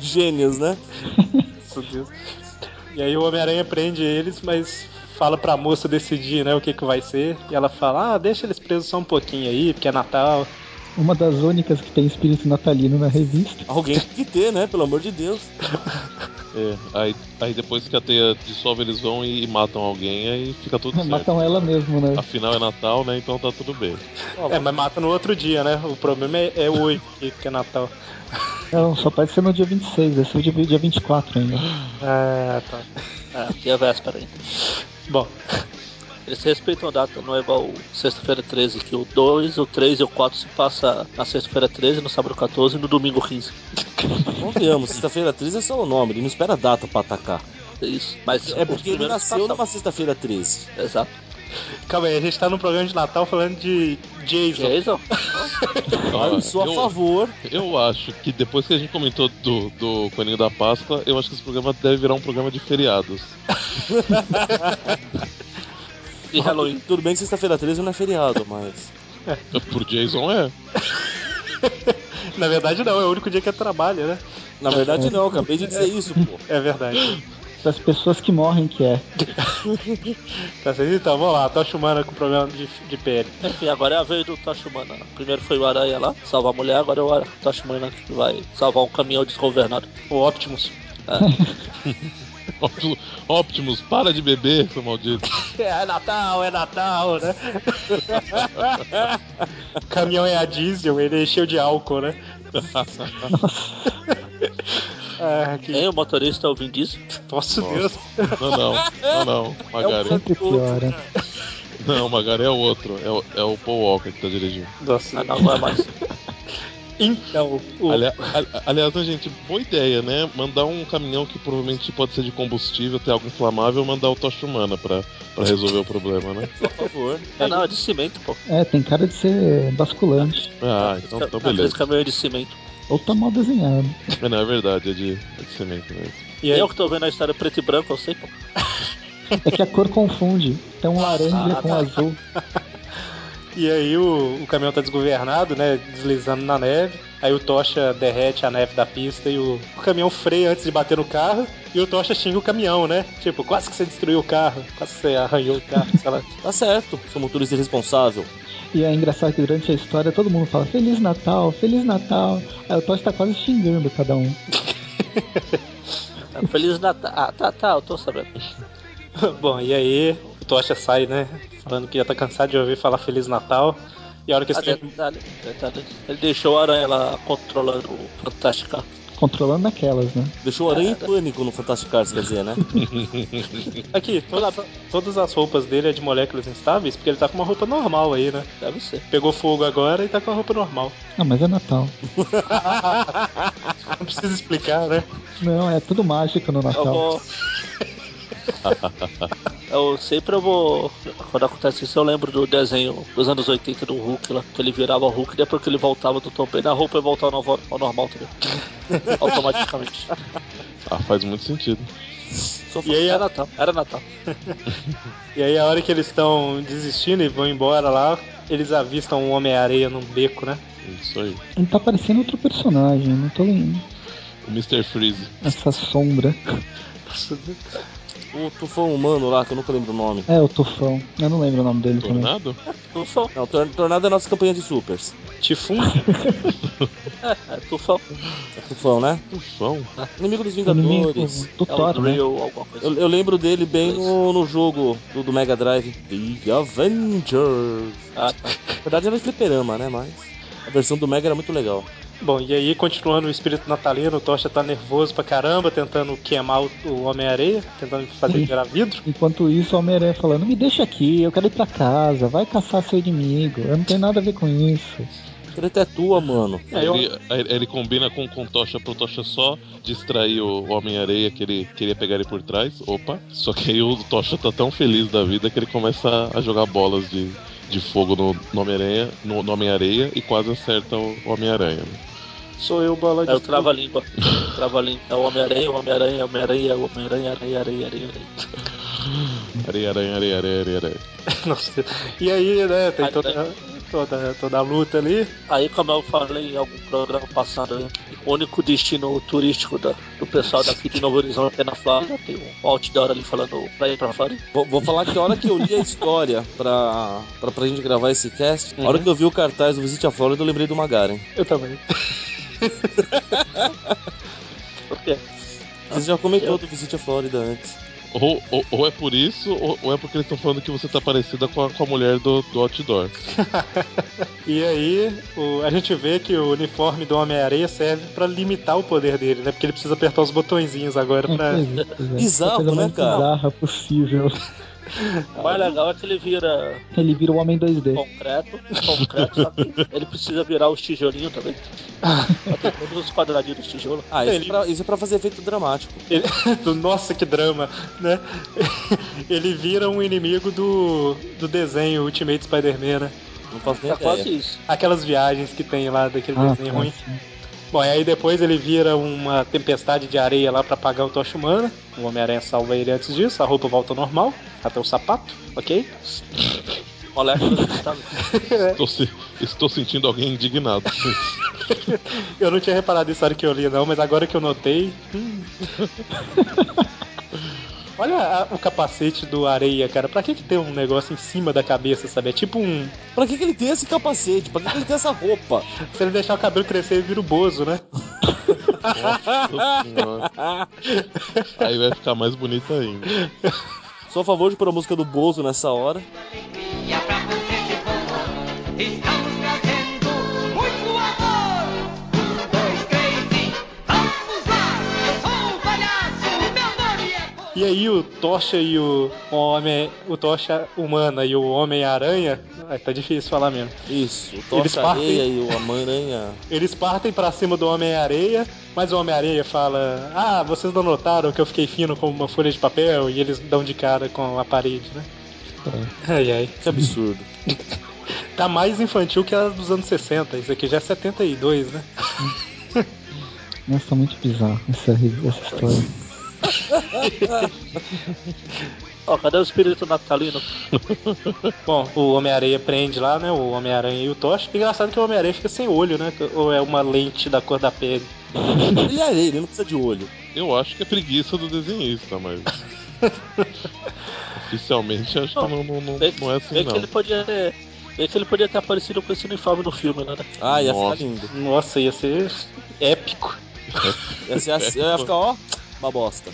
[SPEAKER 2] Gênios, né?
[SPEAKER 1] Meu Deus. E aí o Homem-Aranha prende eles, mas fala pra moça decidir, né, o que que vai ser. E ela fala, ah, deixa eles presos só um pouquinho aí, porque é Natal.
[SPEAKER 5] Uma das únicas que tem espírito natalino na revista.
[SPEAKER 2] Alguém tem que ter, né? Pelo amor de Deus.
[SPEAKER 3] É, aí, aí depois que a teia dissolve, eles vão e, e matam alguém, aí fica tudo certo.
[SPEAKER 5] Matam ela mesmo, né?
[SPEAKER 3] Afinal é Natal, né? Então tá tudo bem.
[SPEAKER 1] É, mas mata no outro dia, né? O problema é, é hoje, que que é Natal.
[SPEAKER 5] Não, só pode ser no dia 26, esse é o dia, dia 24 ainda.
[SPEAKER 1] Ah, tá.
[SPEAKER 4] É, aqui é a véspera ainda.
[SPEAKER 1] Bom,
[SPEAKER 4] Eles respeitam a data, não é igual o sexta-feira 13, que o 2, o 3 e o 4 se passa na sexta-feira 13, no sábado 14 e no domingo 15.
[SPEAKER 2] Convenhamos, sexta-feira 13 é só o nome, ele não espera a data pra atacar.
[SPEAKER 4] É isso. Mas
[SPEAKER 2] É
[SPEAKER 4] os
[SPEAKER 2] porque ele
[SPEAKER 4] primeiros
[SPEAKER 2] nasceu
[SPEAKER 4] passam.
[SPEAKER 2] numa sexta-feira 13.
[SPEAKER 4] Exato.
[SPEAKER 1] calma aí, a gente tá num programa de Natal falando de Jason.
[SPEAKER 4] Jason?
[SPEAKER 3] Ah,
[SPEAKER 2] eu sou a
[SPEAKER 3] eu-
[SPEAKER 2] favor.
[SPEAKER 3] Eu acho que depois que a gente comentou do, do Coelhinho da Páscoa, eu acho que esse programa deve virar um programa de feriados.
[SPEAKER 4] E Halloween.
[SPEAKER 2] Tudo bem que sexta-feira 13 não é feriado, mas.
[SPEAKER 3] Por Jason é.
[SPEAKER 1] Na verdade não, é o único dia que é trabalho, né?
[SPEAKER 2] Na verdade, não, acabei de dizer isso, pô.
[SPEAKER 1] É verdade.
[SPEAKER 5] Das pessoas que morrem que é.
[SPEAKER 1] Tá certo? Então, vamos lá, Tocha Humana com problema de, de pele.
[SPEAKER 4] Enfim, agora é a vez do Toshimana. Primeiro foi o Aranha lá, salvar a mulher, agora é o Ara- Toshimana que vai salvar um caminhão desgovernado.
[SPEAKER 1] O Optimus.
[SPEAKER 3] Optimus, Optimus, para de beber, seu maldito.
[SPEAKER 1] É Natal, é Natal, né? o caminhão é a diesel, ele é cheio de álcool, né? ah, que...
[SPEAKER 4] Nem o motorista é o Vin Diesel.
[SPEAKER 1] Nossa,
[SPEAKER 3] Nossa.
[SPEAKER 1] Deus.
[SPEAKER 3] Não, não, não, não. Magari.
[SPEAKER 5] Sempre piora.
[SPEAKER 4] né?
[SPEAKER 3] Não, Magari é o outro. É o, é o Paul Walker que tá dirigindo.
[SPEAKER 1] Nossa.
[SPEAKER 4] Ah, não, não é mais.
[SPEAKER 1] Então, o...
[SPEAKER 3] Ali- a- aliás, né, gente, boa ideia, né? Mandar um caminhão que provavelmente pode ser de combustível, ter algo inflamável, mandar o Tocha Humana pra, pra resolver o problema, né?
[SPEAKER 2] Por favor.
[SPEAKER 4] Ah, não, é de cimento, pô.
[SPEAKER 5] É, tem cara de ser basculante.
[SPEAKER 3] Ah, então tá
[SPEAKER 4] Aqueles
[SPEAKER 3] beleza.
[SPEAKER 4] caminhões de cimento.
[SPEAKER 5] Ou tá mal desenhado.
[SPEAKER 3] É, Não, é verdade, é de, é de cimento mesmo.
[SPEAKER 1] e aí,
[SPEAKER 4] Eu que tô vendo a história preto e branco, eu sei, pô.
[SPEAKER 5] É que a cor confunde. Tem um laranja
[SPEAKER 4] Ah,
[SPEAKER 5] com
[SPEAKER 4] tá.
[SPEAKER 5] azul.
[SPEAKER 1] e aí o, o caminhão tá desgovernado, né? Deslizando na neve. Aí o Tocha derrete a neve da pista e o, o caminhão freia antes de bater no carro. E o Tocha xinga o caminhão, né? Tipo, quase que você destruiu o carro, quase que você arranhou o carro, sei lá.
[SPEAKER 2] Tá certo, sou motorista irresponsável.
[SPEAKER 5] E é engraçado que durante a história todo mundo fala Feliz Natal, Feliz Natal. Aí o Tocha tá quase xingando cada um.
[SPEAKER 4] Ah, Feliz Natal. Ah, tá, tá, eu tô sabendo.
[SPEAKER 1] Bom, e aí o Tocha sai, né? Falando que já tá cansado de ouvir falar Feliz Natal. E a hora que
[SPEAKER 4] Ah,
[SPEAKER 1] esse trem-
[SPEAKER 4] detalhe, detalhe. Ele deixou a aranha lá controlando o Fantástica.
[SPEAKER 5] Controlando aquelas, né?
[SPEAKER 2] Deixou o aranha em pânico no Fantastic Cars, quer dizer, né?
[SPEAKER 1] Aqui, todas, todas as roupas dele é de moléculas instáveis, porque ele tá com uma roupa normal aí, né?
[SPEAKER 4] Deve ser.
[SPEAKER 1] Pegou fogo agora e tá com a roupa normal.
[SPEAKER 5] Ah, mas é Natal.
[SPEAKER 1] Ah, Não precisa explicar, né?
[SPEAKER 5] Não, é tudo mágico no
[SPEAKER 1] Então.
[SPEAKER 4] Eu
[SPEAKER 5] Natal.
[SPEAKER 4] vou. Eu sempre eu vou. Quando acontece isso, eu lembro do desenho dos anos 80 do Hulk lá, que ele virava o Hulk, depois que ele voltava do Tom Brady, a roupa ia voltar ao, novo- ao normal, entendeu? Automaticamente.
[SPEAKER 3] Ah, faz muito sentido.
[SPEAKER 2] Só
[SPEAKER 1] E aí,
[SPEAKER 4] Era Natal, era Natal.
[SPEAKER 1] e aí a hora que eles estão desistindo e vão embora lá, eles avistam um Homem-Areia num beco, né?
[SPEAKER 3] É Isso aí.
[SPEAKER 5] Ele tá parecendo outro personagem, não tô lembrando.
[SPEAKER 3] O Mr. Freeze.
[SPEAKER 5] Essa sombra.
[SPEAKER 2] O tufão humano lá, que eu nunca lembro o nome.
[SPEAKER 5] É, o Tufão. Eu não lembro o nome dele também.
[SPEAKER 3] Tornado?
[SPEAKER 4] Tufão.
[SPEAKER 2] Não, Tor- Tornado é a nossa campanha de supers.
[SPEAKER 1] Tifum?
[SPEAKER 4] É, tufão.
[SPEAKER 2] É tufão, né?
[SPEAKER 3] Tufão?
[SPEAKER 2] Inimigo dos
[SPEAKER 5] Inimigo
[SPEAKER 2] Vingadores.
[SPEAKER 5] do
[SPEAKER 4] É o
[SPEAKER 5] Thor, né?
[SPEAKER 4] Drill, alguma coisa. assim.
[SPEAKER 2] Eu, eu lembro dele bem no, no jogo do, do Mega Drive. The Avengers.
[SPEAKER 4] Ah, tá.
[SPEAKER 2] Na verdade era fliperama, né? Mas a versão do Mega era muito legal.
[SPEAKER 1] Bom, e aí, continuando o espírito natalino, o Tocha tá nervoso pra caramba, tentando queimar o- o Homem-Areia, tentando fazer
[SPEAKER 5] Sim.
[SPEAKER 1] virar vidro.
[SPEAKER 5] Enquanto isso, o Homem-Aranha falando, me deixa aqui, eu quero ir pra casa, vai caçar seu inimigo, eu não tenho nada a ver com isso.
[SPEAKER 2] Treta é tua, mano.
[SPEAKER 1] É, eu-
[SPEAKER 3] Ele, aí ele combina com, com Tocha pro Tocha só distrair o Homem-Areia que ele queria pegar ele por trás. Opa! Só que aí o Tocha tá tão feliz da vida que ele começa a- a jogar bolas de, de fogo no, no Homem-Aranha no, no Homem-Areia e quase acerta o Homem-Aranha.
[SPEAKER 1] Sou eu, bola de
[SPEAKER 4] É o
[SPEAKER 1] fogo.
[SPEAKER 4] Trava-Língua. Trava-Língua. É o Homem-Aranha, o Homem-Aranha, o Homem-Aranha, o Homem-Aranha, areia, areia, areia, areia.
[SPEAKER 3] Areia, aranha, areia, areia, areia, areia.
[SPEAKER 1] Nossa. E aí, né, tem
[SPEAKER 4] Ai,
[SPEAKER 1] toda, toda, toda a luta ali.
[SPEAKER 4] Aí, como eu falei em algum programa passado, né, o único destino turístico da- do pessoal daqui de Novo Horizonte é na Flórida. Tem um outdoor ali falando pra ir pra Flórida.
[SPEAKER 2] Vou, vou falar que a hora que eu li a história pra, pra, pra gente gravar esse cast, a hora que eu vi o cartaz do Visite a Flórida, eu lembrei do Magaren.
[SPEAKER 1] Eu também.
[SPEAKER 4] Porque
[SPEAKER 2] Você já comentou do Visite a Flórida antes.
[SPEAKER 3] Ou, ou, ou é por isso, ou, ou é porque eles estão falando que você tá parecida com a, com a mulher do, do outdoor.
[SPEAKER 1] E aí, o- a gente vê que o uniforme do Homem-Areia serve pra limitar o poder dele, né? Porque ele precisa apertar os botõezinhos agora
[SPEAKER 5] É,
[SPEAKER 1] pra.
[SPEAKER 5] pois é, pois é.
[SPEAKER 2] Bizarro,
[SPEAKER 5] a coisa
[SPEAKER 2] né,
[SPEAKER 5] mais
[SPEAKER 2] cara?
[SPEAKER 5] bizarra possível.
[SPEAKER 4] o mais legal é que ele vira
[SPEAKER 5] Ele vira o Homem 2D.
[SPEAKER 4] concreto, concreto, só que ele precisa virar os tijolinhos também. Só tem todos os quadradinhos dos tijolos.
[SPEAKER 2] Ah, isso,
[SPEAKER 1] Ele-
[SPEAKER 2] é pra, isso é pra fazer efeito dramático.
[SPEAKER 1] Ele- do- Nossa, que drama, né? Ele vira um inimigo do, do desenho Ultimate Spider-Man, né?
[SPEAKER 2] Não faço nem
[SPEAKER 4] É quase
[SPEAKER 2] ideia.
[SPEAKER 4] isso.
[SPEAKER 1] Aquelas viagens que tem lá daquele
[SPEAKER 5] Ah,
[SPEAKER 1] desenho
[SPEAKER 5] tá,
[SPEAKER 1] é ruim.
[SPEAKER 5] sim.
[SPEAKER 1] Bom, e aí depois ele vira uma tempestade de areia lá pra apagar o Tocha Humana. O Homem-Aranha salva ele antes disso, a roupa volta ao normal, até o sapato, ok?
[SPEAKER 4] O moleque tá
[SPEAKER 3] Estou, se- estou sentindo alguém indignado.
[SPEAKER 1] Eu não tinha reparado isso na hora que eu li, não, mas agora que eu notei. hum. Olha a- o capacete do areia, cara. Pra que, que tem um negócio em cima da cabeça, sabe? É tipo um.
[SPEAKER 2] Pra que, que ele tem esse capacete? Pra que, que ele tem essa roupa?
[SPEAKER 1] Se ele deixar o cabelo crescer, ele vira o Bozo, né?
[SPEAKER 3] Nossa senhora. Aí vai ficar mais bonito ainda.
[SPEAKER 2] Sou a favor de pôr a música do Bozo nessa hora.
[SPEAKER 7] alegria pra você de boa. Estamos trazendo muito amor. Um, dois, três e vamos lá. Eu sou um palhaço, meu nome é Bozo.
[SPEAKER 1] E aí o Tocha e o Homem. O Tocha Humana e o Homem-Aranha. Ai, tá difícil falar mesmo.
[SPEAKER 2] Isso, o
[SPEAKER 1] Eles
[SPEAKER 2] Tocha
[SPEAKER 1] partem-
[SPEAKER 2] Areia e o Amanha.
[SPEAKER 1] Eles partem pra cima do Homem-Areia, mas o Homem-Areia fala: Ah, vocês não notaram que eu fiquei fino como uma folha de papel? E eles dão de cara com a parede, né? Ai, ai.
[SPEAKER 2] Que absurdo.
[SPEAKER 1] Tá mais infantil que a dos anos 60. Isso aqui já é 72, né?
[SPEAKER 5] Nossa, é muito bizarro essa, essa história.
[SPEAKER 4] Ó, cadê o espírito natalino?
[SPEAKER 1] Bom, o Homem-Areia prende lá, né? O Homem-Aranha e o Tocha. Engraçado que o Homem-Aranha fica sem olho, né? Ou é uma lente da cor da pele.
[SPEAKER 2] Ele é areia, ele não precisa de olho.
[SPEAKER 3] Eu acho que é preguiça do desenhista, mas. Oficialmente acho que não, não, não,
[SPEAKER 4] Vê,
[SPEAKER 3] não é assim
[SPEAKER 4] vê que
[SPEAKER 3] não.
[SPEAKER 4] ele podia ter. Vê que ele podia ter aparecido com esse uniforme no filme, né?
[SPEAKER 2] Ah, ia
[SPEAKER 3] Nossa.
[SPEAKER 2] ficar lindo.
[SPEAKER 1] Nossa, ia ser épico.
[SPEAKER 2] Ia, ser assim- ia ficar, ó, uma bosta.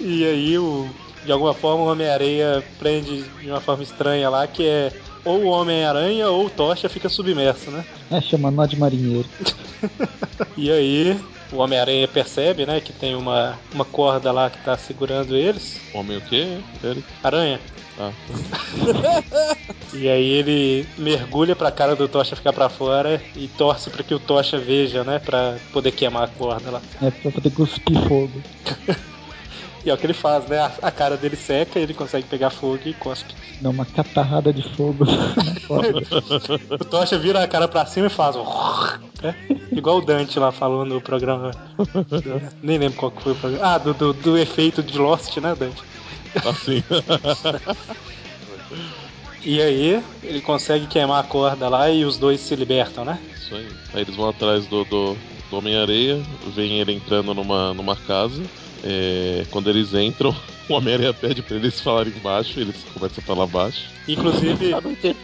[SPEAKER 1] E aí, o, de alguma forma, o Homem-Areia prende de uma forma estranha lá, que é ou o Homem-Aranha ou o Tocha fica submerso, né?
[SPEAKER 5] É, chama nó de marinheiro.
[SPEAKER 1] E aí, o Homem-Aranha percebe, né, que tem uma, uma corda lá que tá segurando eles.
[SPEAKER 3] Homem o quê? Eric?
[SPEAKER 1] Aranha.
[SPEAKER 3] Ah.
[SPEAKER 1] e aí ele mergulha pra cara do Tocha ficar pra fora e torce pra que o Tocha veja, né? Pra poder queimar a corda lá.
[SPEAKER 5] É pra poder cuspir fogo.
[SPEAKER 1] E é o que ele faz, né? A, a cara dele seca, ele consegue pegar fogo e cospe.
[SPEAKER 5] Dá uma catarrada de fogo na corda.
[SPEAKER 1] O Tocha vira a cara pra cima e faz. um né? Igual o Dante lá falou no programa. do- nem lembro qual que foi o programa. Ah, do, do, do efeito de Lost, né, Dante?
[SPEAKER 3] Assim.
[SPEAKER 1] E aí, ele consegue queimar a corda lá e os dois se libertam, né?
[SPEAKER 3] Isso aí. Aí eles vão atrás do, do, do do Homem-Areia, vem ele entrando numa, numa casa. é, quando eles entram, o Homem-Areia pede pra eles falarem baixo, eles começam a falar baixo.
[SPEAKER 1] Inclusive,
[SPEAKER 4] Ah, não entendi.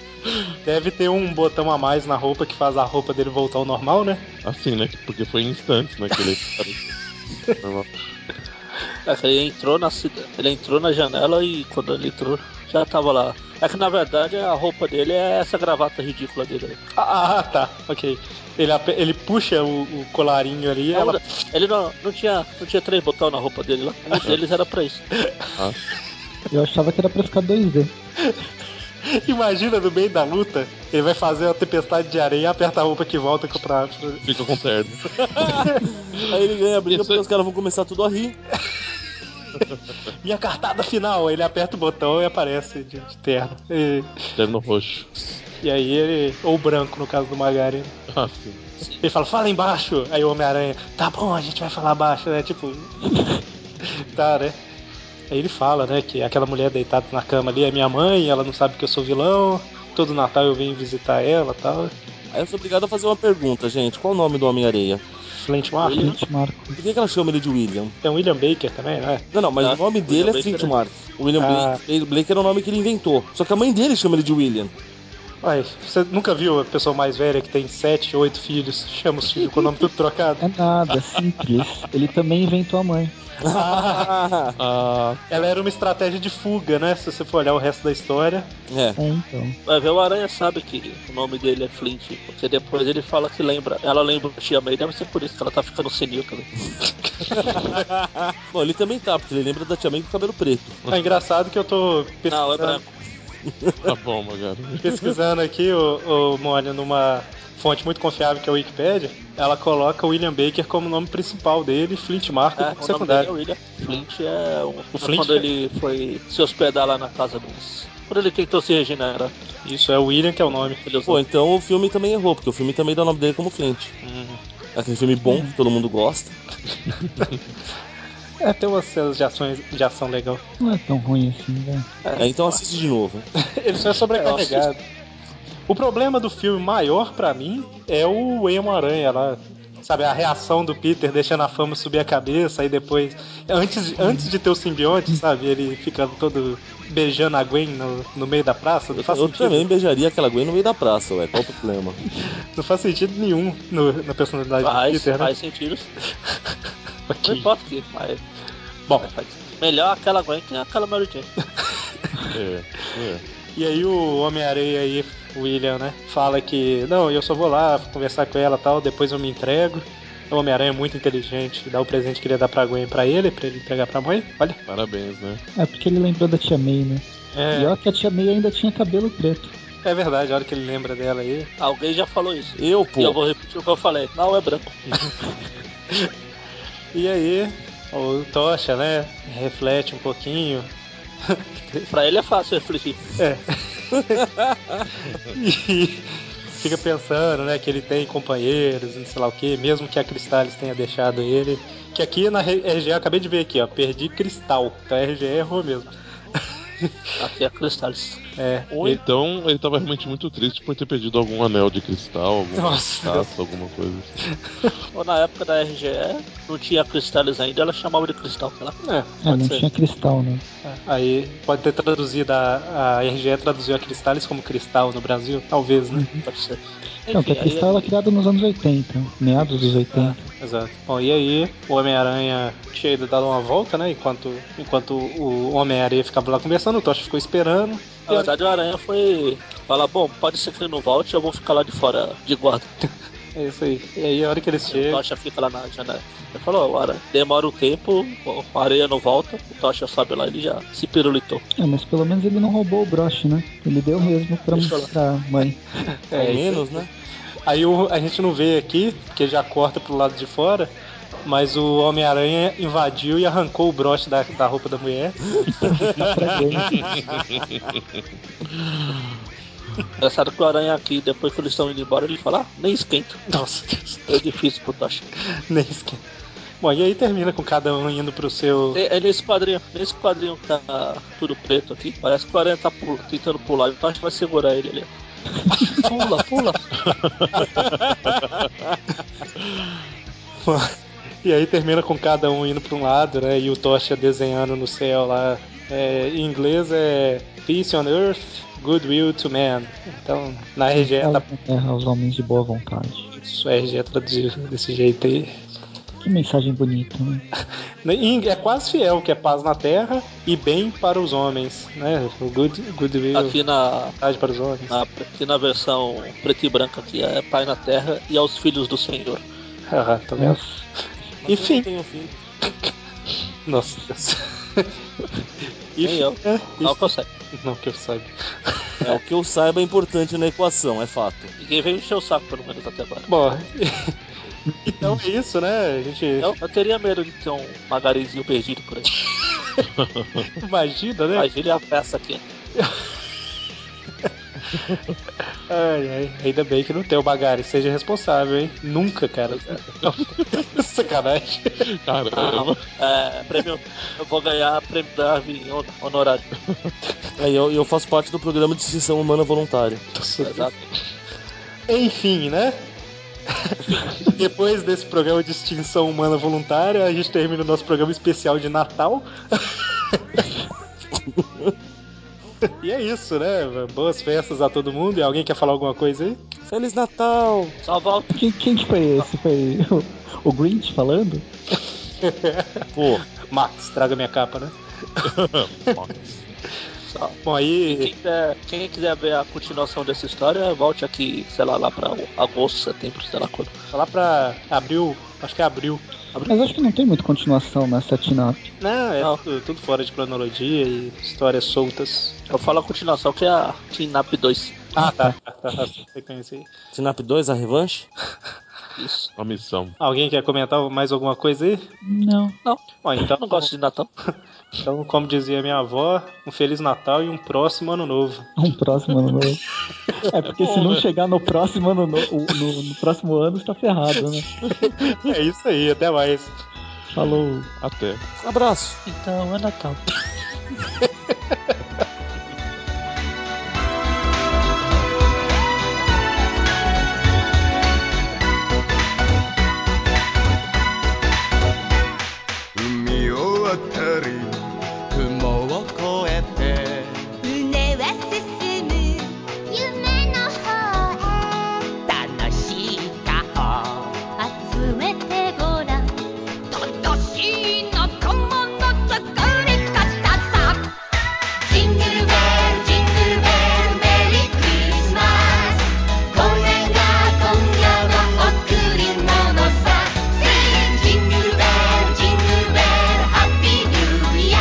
[SPEAKER 1] deve ter um botão a mais na roupa que faz a roupa dele voltar ao normal, né?
[SPEAKER 3] Assim, né? Porque foi em instantes, né? Que ele...
[SPEAKER 4] É que ele entrou na cida- ele entrou na janela e quando ele entrou já tava lá. É que na verdade a roupa dele é essa gravata ridícula dele. aí.
[SPEAKER 1] Ah, ah, tá, ok. Ele, ape- ele puxa o, o colarinho ali e
[SPEAKER 4] Não,
[SPEAKER 1] ela.
[SPEAKER 4] Ele não, não, tinha, não tinha três botões na roupa dele lá. Um deles era pra isso.
[SPEAKER 5] Eu achava que era pra ficar 2D.
[SPEAKER 1] Imagina no meio da luta, ele vai fazer uma tempestade de areia, aperta a roupa que volta com- pra. pra-
[SPEAKER 3] Fica com terno.
[SPEAKER 2] Aí ele ganha a briga
[SPEAKER 3] Isso
[SPEAKER 2] porque
[SPEAKER 3] aí.
[SPEAKER 2] os caras vão começar tudo a rir.
[SPEAKER 1] Minha cartada final, ele aperta o botão e aparece de, de terno. E,
[SPEAKER 3] Terno roxo.
[SPEAKER 1] e aí ele. Ou branco, no caso do Magari.
[SPEAKER 3] Ah, sim.
[SPEAKER 1] Ele fala, fala embaixo. Aí o Homem-Aranha, tá bom, a gente vai falar baixo, né? Tipo. tá, né? Aí ele fala, né, que aquela mulher deitada na cama ali é minha mãe, ela não sabe que eu sou vilão. Todo Natal eu venho visitar ela e tal.
[SPEAKER 2] Aí eu sou obrigado a fazer uma pergunta, gente. Qual o nome do Homem-Areia?
[SPEAKER 1] Flint Mark.
[SPEAKER 5] Gente, Marco.
[SPEAKER 2] Por que, que ela chama ele de William?
[SPEAKER 1] Tem o William Baker também, não é?
[SPEAKER 2] Não, não, mas
[SPEAKER 4] Ah,
[SPEAKER 2] o nome
[SPEAKER 4] William
[SPEAKER 2] dele é
[SPEAKER 4] Blake
[SPEAKER 2] Flint
[SPEAKER 4] era-
[SPEAKER 2] Mark. William
[SPEAKER 1] Ah.
[SPEAKER 2] Blake, Blake era o nome que ele inventou. Só que a mãe dele chama ele de William.
[SPEAKER 1] Uai, você nunca viu a pessoa mais velha que tem sete, oito filhos, chama os filhos com o nome tudo trocado?
[SPEAKER 5] É nada, é simples. Ele também inventou a mãe.
[SPEAKER 1] Ah,
[SPEAKER 2] Ah,
[SPEAKER 3] Ah,
[SPEAKER 1] ela era uma estratégia de fuga, né? Se você for olhar o resto da história.
[SPEAKER 2] é.
[SPEAKER 5] É, então.
[SPEAKER 4] Vai ver, o Aranha sabe que o nome dele é Flint, porque depois ele fala que lembra. Ela lembra o Tia May, deve ser por isso que ela tá ficando senil também.
[SPEAKER 2] Bom, ele também tá, porque ele lembra da tia May com o cabelo preto.
[SPEAKER 1] É engraçado que eu tô
[SPEAKER 4] Não, é
[SPEAKER 1] pesquisando,
[SPEAKER 4] branco.
[SPEAKER 3] tá bom, Magari.
[SPEAKER 1] pesquisando aqui, o, Mônio, numa fonte muito confiável que é a Wikipedia. Ela coloca o William Baker como nome principal dele, Flint Marco como
[SPEAKER 4] É, o nome dele é
[SPEAKER 1] secundário.
[SPEAKER 4] William. Flint é um,
[SPEAKER 1] O Flint
[SPEAKER 4] quando
[SPEAKER 1] é-
[SPEAKER 4] ele foi se hospedar lá na casa dos. Quando ele tentou se regenerar.
[SPEAKER 1] Isso, é o William que é o nome.
[SPEAKER 4] Ele usou
[SPEAKER 2] Pô, então o filme também errou, porque o filme também dá o nome dele como Flint.
[SPEAKER 4] Uhum.
[SPEAKER 2] Aquele filme bom que todo mundo gosta.
[SPEAKER 1] É, tem umas cenas de, ações, de ação legal.
[SPEAKER 5] Não é tão ruim assim, velho.
[SPEAKER 2] É, então assiste de novo.
[SPEAKER 1] Ele só é sobrecarregado. O problema do filme maior pra mim é o Emo Aranha lá. Sabe, a reação do Peter deixando a fama subir a cabeça e depois. Antes, antes de ter o simbionte, sabe? Ele ficando todo beijando a Gwen no, no meio da praça. Não faz,
[SPEAKER 2] Eu um também
[SPEAKER 1] sentido,
[SPEAKER 2] beijaria aquela Gwen no meio da praça, ué. Qual o problema?
[SPEAKER 1] não faz sentido nenhum no- na personalidade do
[SPEAKER 4] Faz,
[SPEAKER 1] Peter, né?
[SPEAKER 4] faz sentido. Não
[SPEAKER 1] Ok.
[SPEAKER 4] importa o que, mas.
[SPEAKER 1] Bom,
[SPEAKER 4] Melhor aquela Gwen que aquela Mary Jane.
[SPEAKER 3] É, é.
[SPEAKER 1] E aí o Homem-Areia aí, o William, né? Fala que, não, eu só vou lá conversar com ela e tal, depois eu me entrego. O Homem-Aranha é muito inteligente, dá o presente que ele ia dar pra Gwen pra ele, pra ele entregar pra mãe. Olha.
[SPEAKER 3] Parabéns, né?
[SPEAKER 5] É porque ele lembrou da tia May, né? E
[SPEAKER 1] É,
[SPEAKER 5] olha que a tia May ainda tinha cabelo preto.
[SPEAKER 1] é verdade, a hora que ele lembra dela aí.
[SPEAKER 4] Alguém já falou isso.
[SPEAKER 2] Eu,
[SPEAKER 4] E eu
[SPEAKER 2] pô.
[SPEAKER 4] vou repetir o que eu falei. Não é branco.
[SPEAKER 1] E aí, o Tocha, né? Reflete um pouquinho.
[SPEAKER 4] Pra ele é fácil refletir.
[SPEAKER 1] É. e fica pensando, né, que ele tem companheiros, não sei lá o que, mesmo que a Cristalis tenha deixado ele. Que aqui na re- RGE, eu acabei de ver aqui, ó, perdi Cristal. Então a RGE errou mesmo.
[SPEAKER 4] Aqui é Cristalis.
[SPEAKER 1] É.
[SPEAKER 3] Ou
[SPEAKER 1] e-
[SPEAKER 3] então ele tava realmente muito triste por ter perdido algum anel de cristal, alguma
[SPEAKER 1] Nossa.
[SPEAKER 3] taça, alguma coisa. assim.
[SPEAKER 4] Ou na época da RGE, não tinha Cristalis ainda, ela chamava de Cristal. Ela...
[SPEAKER 1] É,
[SPEAKER 5] É,
[SPEAKER 1] pode
[SPEAKER 5] não
[SPEAKER 1] ser.
[SPEAKER 5] tinha cristal, né?
[SPEAKER 1] Aí pode ter traduzido a, a RGE traduziu a Cristalis como cristal no Brasil, talvez, né?
[SPEAKER 4] Pode ser.
[SPEAKER 5] não, porque
[SPEAKER 4] aí é- Ah.
[SPEAKER 5] a cristal era
[SPEAKER 4] ele-
[SPEAKER 5] criada nos anos 80, meados dos 80.
[SPEAKER 1] Exato. Bom, e aí o Homem-Aranha tinha ido dar uma volta, né? Enquanto, enquanto o Homem-Aranha ficava lá conversando, o Tocha ficou esperando.
[SPEAKER 4] Na verdade, o Aranha foi falar: bom, pode ser que ele não volte, eu vou ficar lá de fora de guarda.
[SPEAKER 1] É isso aí. E aí a hora que eles
[SPEAKER 4] O
[SPEAKER 1] chegam.
[SPEAKER 4] Tocha fica lá na janela. Ele falou: ó, Aranha, demora um tempo, a areia não volta, o Tocha sobe lá ele já se pirulitou.
[SPEAKER 5] É, mas pelo menos ele não roubou o broche, né? Ele deu mesmo pra,
[SPEAKER 4] Deixa eu lá.
[SPEAKER 5] pra mãe.
[SPEAKER 1] É,
[SPEAKER 2] Ao
[SPEAKER 1] isso
[SPEAKER 2] menos, né?
[SPEAKER 1] Aí o- a gente não vê aqui, porque já corta pro lado de fora, mas o Homem-Aranha invadiu e arrancou o broche da, da roupa da mulher.
[SPEAKER 5] Pra Gwen.
[SPEAKER 4] Engraçado que o Aranha aqui, depois que eles estão indo embora, ele fala: ah, nem esquenta.
[SPEAKER 1] Nossa,
[SPEAKER 4] É difícil pro Tocha.
[SPEAKER 1] nem esquece. Bom, e aí termina com cada um indo pro seu.
[SPEAKER 4] É, é nesse quadrinho, nesse quadrinho que tá tudo preto aqui, parece que o Aranha tá pu- tentando pular, então acho que vai segurar ele ali. pula, pula.
[SPEAKER 1] E aí termina com cada um indo pra um lado, né? E o Tocha desenhando no céu lá. É, em inglês é Peace on Earth, Goodwill to Man. Então, na RG,
[SPEAKER 5] É,
[SPEAKER 1] tá,
[SPEAKER 5] é, aos homens de boa vontade.
[SPEAKER 1] a RG é traduzida desse jeito aí.
[SPEAKER 5] Que mensagem bonita, né?
[SPEAKER 1] Em- É quase fiel, que é paz na terra e bem para os homens, né? O good, goodwill,
[SPEAKER 4] Aqui Ah. na,
[SPEAKER 1] paz para os homens.
[SPEAKER 4] na- aqui na versão preta e branca, que é Pai na Terra e aos Filhos do Senhor.
[SPEAKER 1] Ah, tá vendo? Enfim.
[SPEAKER 2] Tem um fim.
[SPEAKER 1] Nossa Deus.
[SPEAKER 4] Nem eu.
[SPEAKER 1] É,
[SPEAKER 4] Não consegue.
[SPEAKER 1] Não que eu saiba.
[SPEAKER 2] É, o que eu saiba é importante na equação, é fato.
[SPEAKER 4] Ninguém veio encher o saco, pelo menos até agora.
[SPEAKER 1] Bom, então é isso, né? A gente
[SPEAKER 4] Eu, Então, eu teria medo de ter um magarizinho perdido por aí.
[SPEAKER 1] imagina, né?
[SPEAKER 4] Imagine a peça aqui.
[SPEAKER 1] Ai, ai, ainda bem que não tem o Bagari, seja responsável, hein? Nunca, cara. Sacanagem.
[SPEAKER 3] Caramba.
[SPEAKER 4] É, prêmio, eu vou ganhar prêmio Darwin hon- honorário.
[SPEAKER 2] Aí É, eu, eu faço parte do programa de extinção humana voluntária.
[SPEAKER 4] Exato.
[SPEAKER 1] Enfim, né? Depois desse programa de extinção humana voluntária, a gente termina o nosso programa especial de Natal. e é isso, né? Boas festas a todo mundo. E alguém quer falar alguma coisa aí?
[SPEAKER 2] Feliz Natal!
[SPEAKER 4] Salvar o
[SPEAKER 5] Quem, quem que foi esse? Foi o, o Grinch falando?
[SPEAKER 1] Pô, Max, traga minha capa, né?
[SPEAKER 4] sal.
[SPEAKER 1] Bom,
[SPEAKER 4] E
[SPEAKER 1] aí.
[SPEAKER 4] Quem quiser, quem quiser ver a continuação dessa história, volte aqui, sei lá, lá pra agosto, setembro, sei lá quando.
[SPEAKER 1] Lá pra abril, acho que é abril.
[SPEAKER 5] Mas acho que não tem muita continuação nessa tina
[SPEAKER 1] Não, é
[SPEAKER 4] Não.
[SPEAKER 1] Tudo, tudo fora de cronologia e histórias soltas.
[SPEAKER 4] Eu falo a continuação, que é a Tinap 2.
[SPEAKER 1] Ah, tá. tá, tá, tá, você conhece aí.
[SPEAKER 2] Sinap 2, a revanche?
[SPEAKER 4] Isso.
[SPEAKER 3] A missão.
[SPEAKER 1] Alguém quer comentar mais alguma coisa aí?
[SPEAKER 5] Não.
[SPEAKER 1] Bom, então,
[SPEAKER 4] Eu não gosto de Natal.
[SPEAKER 1] então, como dizia minha avó, um Feliz Natal e um próximo Ano Novo.
[SPEAKER 5] Um próximo ano novo. É porque se não chegar no próximo ano novo, no, no próximo ano, está ferrado, né?
[SPEAKER 1] É isso aí, até mais.
[SPEAKER 5] Falou.
[SPEAKER 3] Até.
[SPEAKER 2] Abraço!
[SPEAKER 5] Então é Natal.
[SPEAKER 8] 海を渡り雲を越えて
[SPEAKER 9] 胸は進む夢の方へ
[SPEAKER 8] 楽しい顔
[SPEAKER 9] 集めてごらん正しい仲間の作り方さジングルベルジングルベルメリークリスマスこれが今夜の贈り物さジングルベルジングルベルハッピーニューイヤ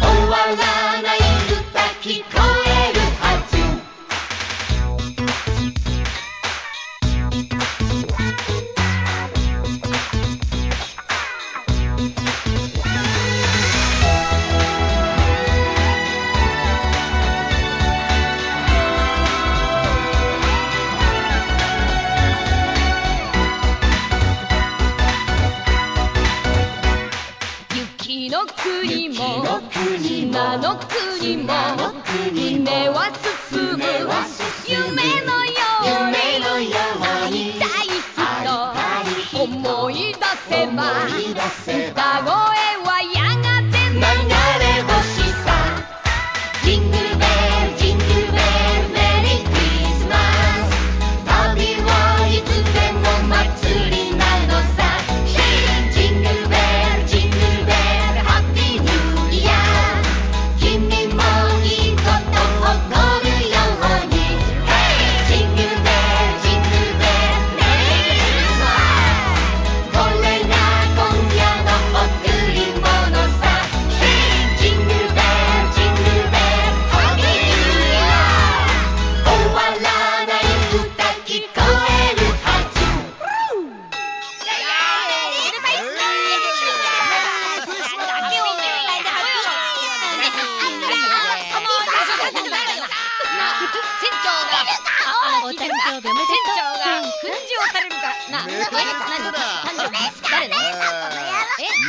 [SPEAKER 9] ー終わらない歌聞こえるはず雪の国も砂の国も夢は進む夢のように会いたい人思い出せば歌声はやがて流れ星さジングルベルジングルベルメリークリスマス旅はいつでも祭りなのさジングルベルジングルベルハッピーニューイヤー君もいいこと起こるようにジングルベルジングルベルメリークリスマスこれが今夜の贈り物さ」「ジングルベルジングルベルハッピーニューイヤー」「終わらない歌聞こえるはず」「お誕生日おめでとう」くんじをされるかな
[SPEAKER 8] めでとうだ
[SPEAKER 9] 何誕生日誰のえあ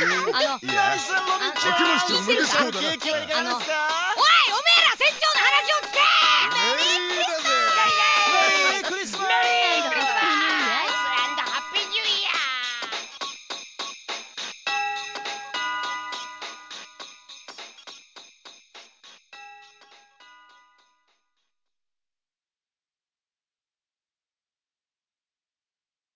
[SPEAKER 9] の
[SPEAKER 8] いや
[SPEAKER 9] あ
[SPEAKER 8] おけましておめでとうだな
[SPEAKER 9] あの